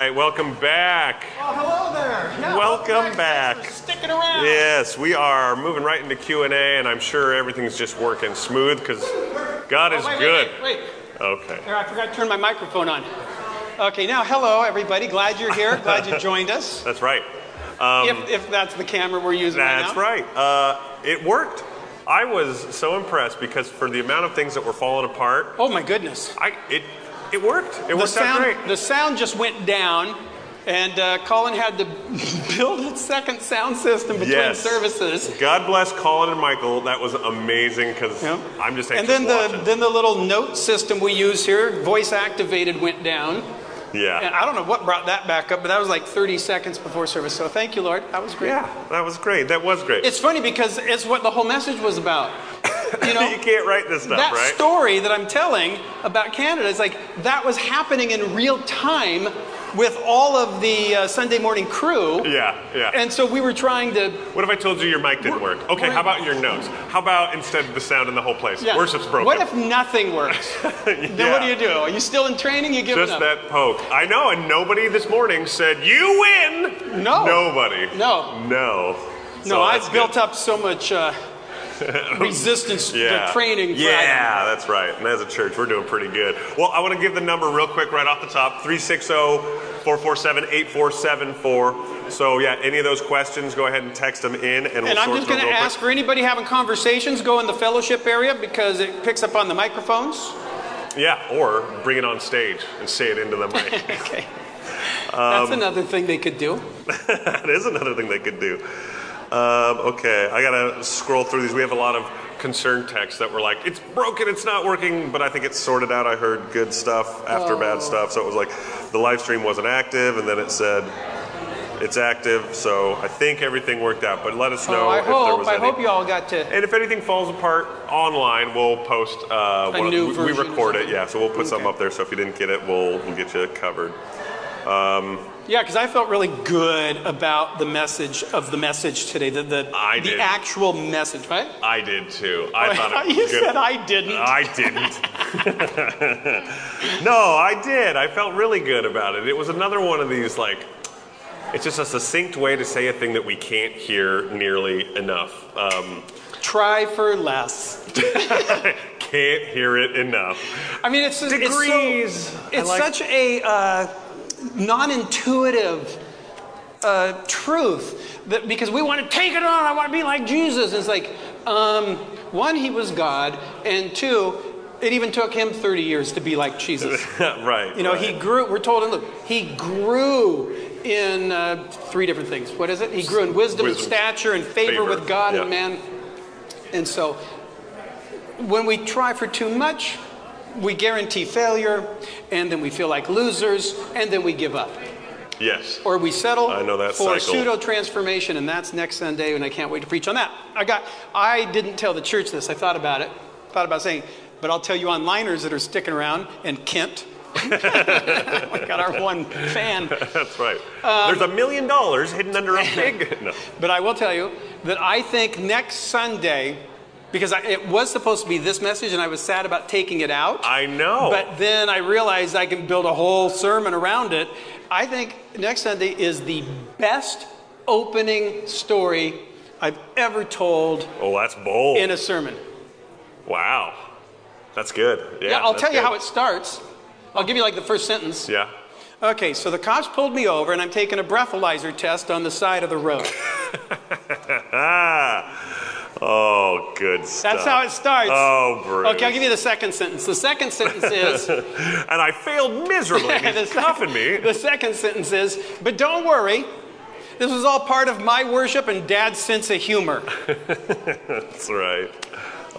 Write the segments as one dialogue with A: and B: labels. A: All right, welcome back.
B: Well, hello there. Yeah,
A: Welcome back.
B: Thanks for sticking around.
A: Yes, we are moving right into Q and A, and I'm sure everything's just working smooth because God is
B: Oh, Wait, wait,
A: good.
B: Wait, wait.
A: Okay.
B: There, I forgot to turn my microphone on. Okay, now, hello, everybody. Glad you're here. Glad you joined us.
A: That's right.
B: if, if that's the camera we're using
A: Um, That's
B: right
A: right. Uh, it worked. I was so impressed because for the amount of things that were falling apart,
B: now. Oh, my goodness.
A: I it it worked. It
B: The
A: worked out
B: sound,
A: great.
B: the sound just went down, and uh, Colin had to build a second sound system between
A: Yes.
B: services.
A: God bless Colin and Michael. That was amazing because
B: Yep.
A: I'm just
B: and
A: anxious
B: then the
A: watching.
B: then the little note system we use here, voice activated, went down.
A: yeah.
B: And I don't know what brought that back up, but that was like 30 seconds before service. So thank you, Lord. That was great.
A: yeah, that was great. That was great.
B: It's funny because it's what the whole message was about. You know,
A: you can't write this stuff,
B: that
A: right?
B: story that I'm telling about Canada is like that was happening in real time with all of the uh, Sunday morning crew.
A: yeah, yeah.
B: And so we were trying to.
A: What if I told you your mic didn't work? Okay,
B: we're-
A: how about your notes? How about instead of the sound in the whole place?
B: yeah.
A: Worship's broken.
B: What if nothing works?
A: then
B: Then what do you do? Are you still in training? You give
A: Just
B: up?
A: that poke. I know, and nobody this morning said, You win!
B: No.
A: Nobody.
B: No.
A: No.
B: no, I've built up so much uh, resistance
A: Yeah.
B: to training. for-
A: Yeah, that's right. And as a church, we're doing pretty good. Well, I want to give the number real quick right off the top oh, 360 447 8474. So, yeah, any of those questions, go ahead and text them in, and, we'll
B: And I'm
A: sort
B: just
A: through
B: going to
A: real quick.
B: ask for anybody having conversations, go in the fellowship area because it picks up on the microphones.
A: Yeah, or bring it on stage and say it into the mic.
B: Okay.
A: Um,
B: That's another thing they could do.
A: that is another thing they could do. Um, okay, I gotta scroll through these. We have a lot of concern texts that were like, "It's broken, it's not working," but I think it's sorted out. I heard good stuff after
B: Oh.
A: bad stuff, so it was like the live stream wasn't active, and then it said it's active. So I think everything worked out. But let us know
B: Oh, I
A: if there
B: hope
A: was
B: I
A: any.
B: hope you all got to.
A: and if anything falls apart online, we'll post. Uh, one of-
B: new
A: we- we,
B: version or
A: record it,
B: something.
A: yeah. So we'll put something
B: Okay.
A: up there. So if you didn't get it, we'll we'll get you covered.
B: Yeah, because I felt really good about the message of the message today. The the,
A: I
B: the
A: did.
B: actual message, right?
A: I did too. I thought it was
B: you
A: good.
B: said I didn't.
A: I didn't. no, I did. I felt really good about it. It was another one of these like, it's just a succinct way to say a thing that we can't hear nearly enough. Um,
B: Try for less.
A: can't hear it enough.
B: I mean, it's it's so-
A: Degrees. I
B: It's
A: like-
B: such a uh, non-intuitive uh, truth that because we want to take it on, I want to be like Jesus. It's like um, one, he was God, and two, it even took him 30 years to be like Jesus.
A: right.
B: You know,
A: right.
B: he grew. We're told in Luke, he grew in uh, three different things. What is it? He grew in wisdom, and
A: Wisdom.
B: stature, and favor,
A: Favor,
B: with God and
A: yeah.
B: man. And so, when we try for too much, we guarantee failure, and then we feel like losers, and then we give up,
A: Yes.
B: or we settle
A: I know that
B: for
A: cycle.
B: pseudo transformation. And that's next Sunday, and I can't wait to preach on that. I got. I didn't tell the church this. I thought about it. Thought about saying, but I'll tell you onliners that are sticking around, and Kent. we got our one fan.
A: That's right.
B: Um,
A: There's a million dollars hidden under a pig. No.
B: But I will tell you that I think next Sunday, because I, it was supposed to be this message and I was sad about taking it out.
A: I know.
B: But then I realized I can build a whole sermon around it. I think next Sunday is the best opening story I've ever told
A: oh, that's bold.
B: in a sermon.
A: wow. That's good. Yeah.
B: Yeah, I'll
A: that's
B: tell you
A: good.
B: how it starts. I'll give you like the first sentence.
A: Yeah.
B: Okay, so the cops pulled me over and I'm taking a breathalyzer test on the side of the road.
A: Ah. Oh, good stuff.
B: That's how it starts.
A: Oh, Bruce.
B: Okay, I'll give you the second sentence. The second sentence is
A: and I failed miserably. and
B: the,
A: He's
B: sec-
A: cuffing me.
B: the second sentence is, but don't worry. This was all part of my worship and dad's sense of humor.
A: That's right.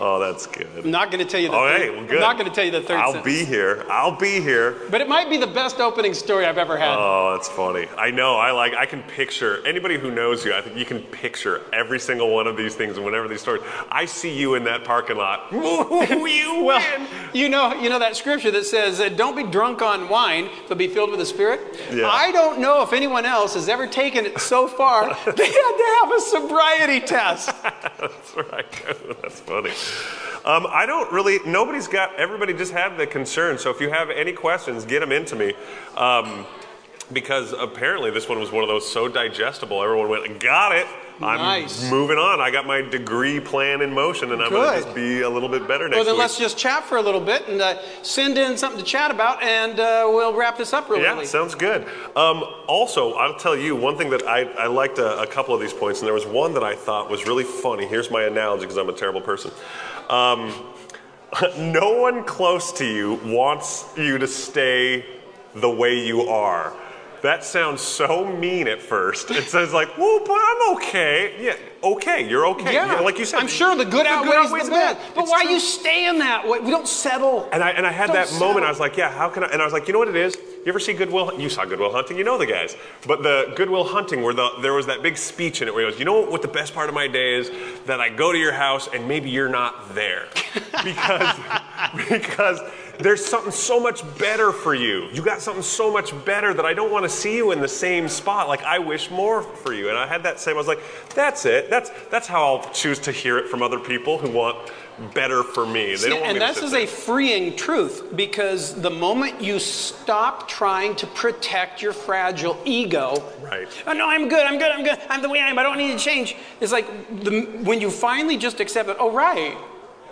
A: Oh, that's good.
B: I'm not going to tell you the
A: All
B: third,
A: right, Oh, well, good.
B: I'm not going to tell you the 3rd
A: I'll
B: sentence.
A: be here. I'll be here.
B: But it might be the best opening story I've ever had.
A: Oh, that's funny. I know. I like. I can picture anybody who knows you. I think you can picture every single one of these things and whenever these stories. I see you in that parking lot. you
B: well,
A: win.
B: you know, you know that scripture that says, uh, "Don't be drunk on wine, but be filled with the Spirit."
A: Yeah.
B: I don't know if anyone else has ever taken it so far. they had to have a sobriety test.
A: That's right. That's funny. Um, I don't really. Nobody's got. Everybody just had the concern. So if you have any questions, get them into me. Um, because apparently this one was one of those so digestible everyone went got it i'm
B: Nice.
A: moving on i got my degree plan in motion and i'm going
B: Good.
A: to just be a little bit better next
B: Well, then
A: week
B: let's just chat for a little bit and uh, send in something to chat about, and uh, we'll wrap this up really.
A: yeah, sounds good. Um, also, I'll tell you one thing that I, I liked a, a couple of these points, and there was one that I thought was really funny. Here's my analogy because I'm a terrible person. Um, no one close to you wants you to stay the way you are. That sounds so mean at first. It says like, "Whoa, but I'm okay." Yeah, okay, you're okay.
B: Yeah.
A: like you said,
B: I'm sure the good outweighs, the bad. But
A: It's
B: why
A: true.
B: you stay in that? way? We don't settle.
A: And I, and I had
B: Don't
A: that moment.
B: settle.
A: I was like, yeah, how can I? And I was like, you know what it is? You ever see Goodwill? You saw Goodwill Hunting. You know the guys. But the Goodwill Hunting, where the, there was that big speech in it, where he goes, you know what the best part of my day is? That I go to your house and maybe you're not there, because because there's something so much better for you. You got something so much better that I don't want to see you in the same spot. Like I wish more for you. And I had that same. I was like, that's it. That's that's how I'll choose to hear it from other people who want better for me. They don't want
B: and
A: me to
B: this
A: sit
B: is
A: there.
B: a freeing truth because the moment you stop trying to protect your fragile ego,
A: Right.
B: Oh no, I'm good. I'm good. I'm good. I'm the way I am. I don't need to change. It's like the, when you finally just accept that. Oh right,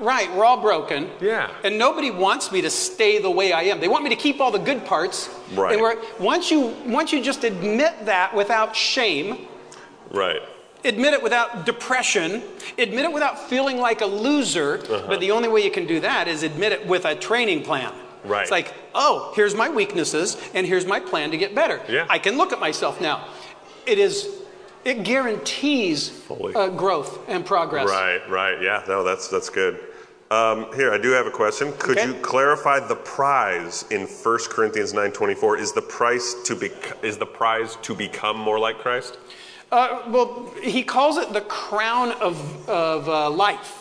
B: right. We're all broken.
A: Yeah.
B: And nobody wants me to stay the way I am. They want me to keep all the good parts.
A: Right.
B: And we're, once you once you just admit that without shame,
A: Right.
B: admit it without depression, admit it without feeling like a loser.
A: Uh-huh.
B: But the only way you can do that is admit it with a training plan.
A: Right.
B: It's like, oh, here's my weaknesses, and here's my plan to get better.
A: Yeah.
B: I can look at myself now. It is, it guarantees
A: Fully.
B: uh, growth and progress.
A: Right. Right. Yeah. No, that's that's good. Um, here, I do have a question. Could
B: Okay.
A: you clarify the prize in 1 Corinthians 9:24? Is the price to be is the prize to become more like Christ?
B: Uh, well, he calls it the crown of, of uh, life.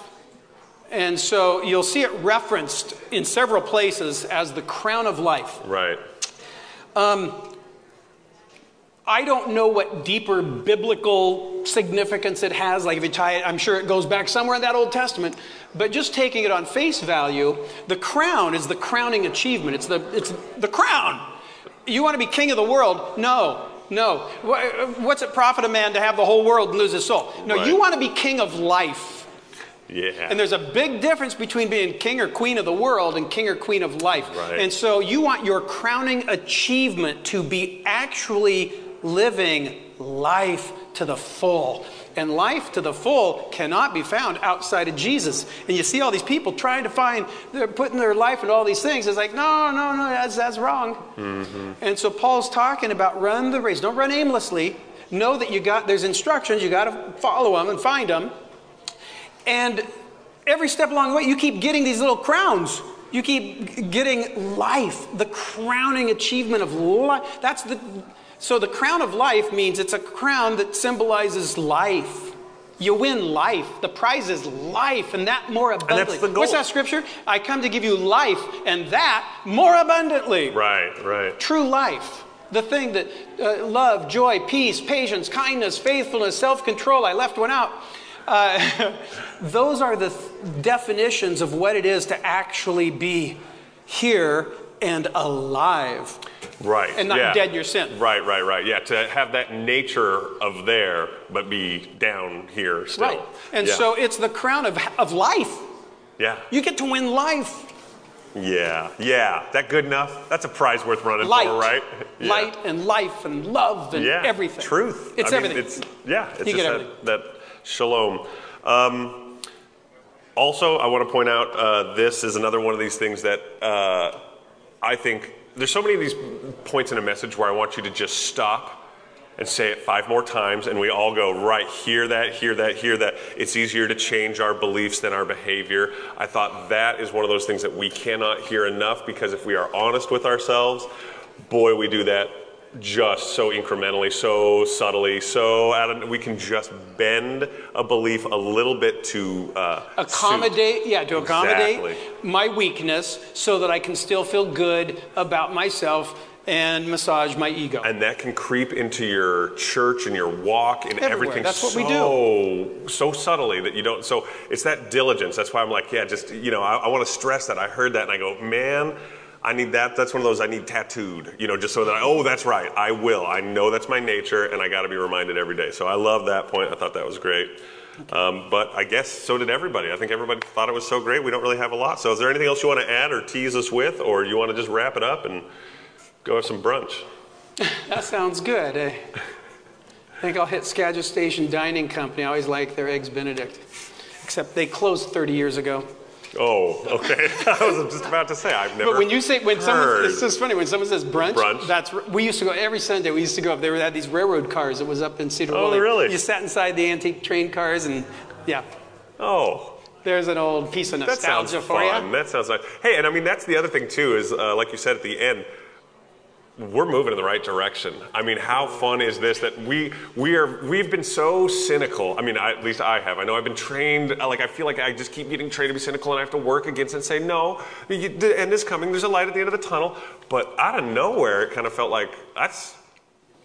B: And so you'll see it referenced in several places as the crown of life.
A: Right.
B: I don't know what deeper biblical significance it has. Like if you tie it, I'm sure it goes back somewhere in that Old Testament. But just taking it on face value, the crown is the crowning achievement. It's the it's the crown. You want to be king of the world? No, no. Wh- What's it profit a man to have the whole world and lose his soul? No,
A: Right.
B: you want to be king of life.
A: Yeah.
B: And there's a big difference between being king or queen of the world and king or queen of life.
A: Right.
B: And so you want your crowning achievement to be actually living life to the full. And life to the full cannot be found outside of Jesus. And you see all these people trying to find, they're putting their life in all these things. It's like, no, no, no, that's, that's wrong.
A: Mm-hmm.
B: And so Paul's talking about run the race. Don't run aimlessly. Know that you got, there's instructions, you got to follow them and find them. And every step along the way, you keep getting these little crowns. You keep g- getting life, the crowning achievement of life. That's the so the crown of life means it's a crown that symbolizes life. You win life. The prize is life, and that more abundantly.
A: the goal.
B: What's that scripture? I come to give you life, and that more abundantly
A: right. Right.
B: true life the thing that uh, love joy peace patience kindness faithfulness self-control i left one out uh, those are the th- definitions of what it is to actually be here and alive
A: Right.
B: And not
A: yeah.
B: dead in your sin.
A: Right. Right. Right. Yeah. To have that nature of there, but be down here still.
B: right and
A: Yeah.
B: so it's the crown of, of life
A: Yeah.
B: you get to win life
A: Yeah. Yeah. That good enough? That's a prize worth running
B: light
A: for, right? Yeah.
B: light and life and love and
A: yeah.
B: everything
A: Truth.
B: it's
A: I mean,
B: everything
A: it's, yeah, it's
B: You
A: just
B: get
A: that,
B: everything.
A: that shalom. Um, also, I want to point out uh, this is another one of these things that uh, I think there's so many of these points in a message where I want you to just stop and say it five more times, and we all go, right, hear that, hear that, hear that. It's easier to change our beliefs than our behavior. I thought that is one of those things that we cannot hear enough because if we are honest with ourselves, boy, we do that just so incrementally, so subtly, so out of, we can just bend a belief a little bit to uh, suit-
B: accommodate yeah to accommodate
A: Exactly.
B: my weakness so that i can still feel good about myself and massage my ego
A: and that can creep into your church and your walk and
B: Everywhere.
A: everything
B: That's what
A: so
B: we
A: so subtly that you don't so it's that diligence that's why i'm like yeah just you know i, I want to stress that i heard that and i go man I need that. That's one of those I need tattooed, you know, just so that I, oh, that's right, I will. I know that's my nature, and I got to be reminded every day. So I love that point. I thought that was great. Um, but I guess so did everybody. I think everybody thought it was so great. We don't really have a lot. So is there anything else you want to add or tease us with, or you want to just wrap it up and go have some brunch?
B: That sounds good. I think I'll hit Skagit Station Dining Company. I always like their eggs Benedict, except they closed 30 years ago.
A: Oh, okay. I was just about to say I've never.
B: But when you say when someone,
A: heard.
B: it's just funny when someone says brunch.
A: Brunch.
B: That's we used to go every Sunday. We used to go up. They were- had these railroad cars that was up in Cedar
A: Oh,
B: Woolley.
A: really?
B: You sat inside the antique train cars and yeah.
A: oh,
B: There's an old piece of
A: that sounds
B: nostalgia for
A: fun.
B: you.
A: That sounds like hey, and I mean that's the other thing too is uh, like you said at the end. We're moving in the right direction. I mean, how fun is this that we we are we've been so cynical. I mean, I, at least I have. I know I've been trained. uh, Like I feel like I just keep getting trained to be cynical, and I have to work against it and say no. You, the end is coming. There's a light at the end of the tunnel. But out of nowhere, it kind of felt like that's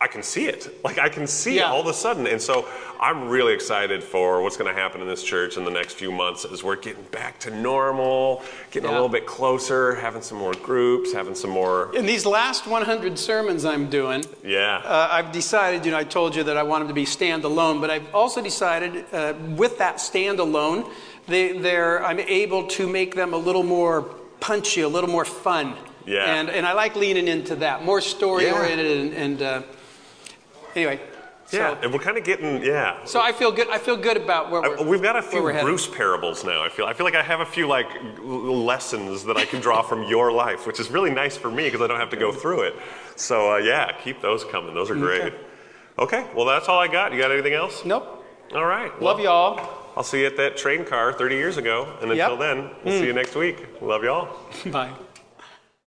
A: I can see it. Like I can see it
B: Yeah.
A: all of a sudden. And so I'm really excited for what's going to happen in this church in the next few months as we're getting back to normal, getting a
B: Yeah.
A: little bit closer, having some more groups, having some more.
B: In these last 100 sermons I'm doing,
A: Yeah.
B: uh, I've decided, you know, I told you that I want them to be standalone, but I've also decided uh, with that standalone, they, they're, I'm able to make them a little more punchy, a little more fun.
A: Yeah.
B: And, and I like leaning into that, more story
A: Yeah.
B: oriented. And, and uh, anyway,
A: yeah.
B: so,
A: and we're kind of getting, yeah.
B: so I feel good. I feel good about where
A: I-
B: we're,
A: We've got a
B: where
A: few
B: we're headed.
A: Bruce parables now. I feel. I feel like I have a few like l- lessons that I can draw from your life, which is really nice for me because I don't have to go through it. So uh, yeah, keep those coming. Those are great. Okay. Well, that's all I got. You got anything else?
B: Nope.
A: All right.
B: Love
A: Well,
B: y'all.
A: I'll see you at that train car 30 years ago. And until
B: Yep.
A: then, we'll see you next week. Love y'all.
B: Bye.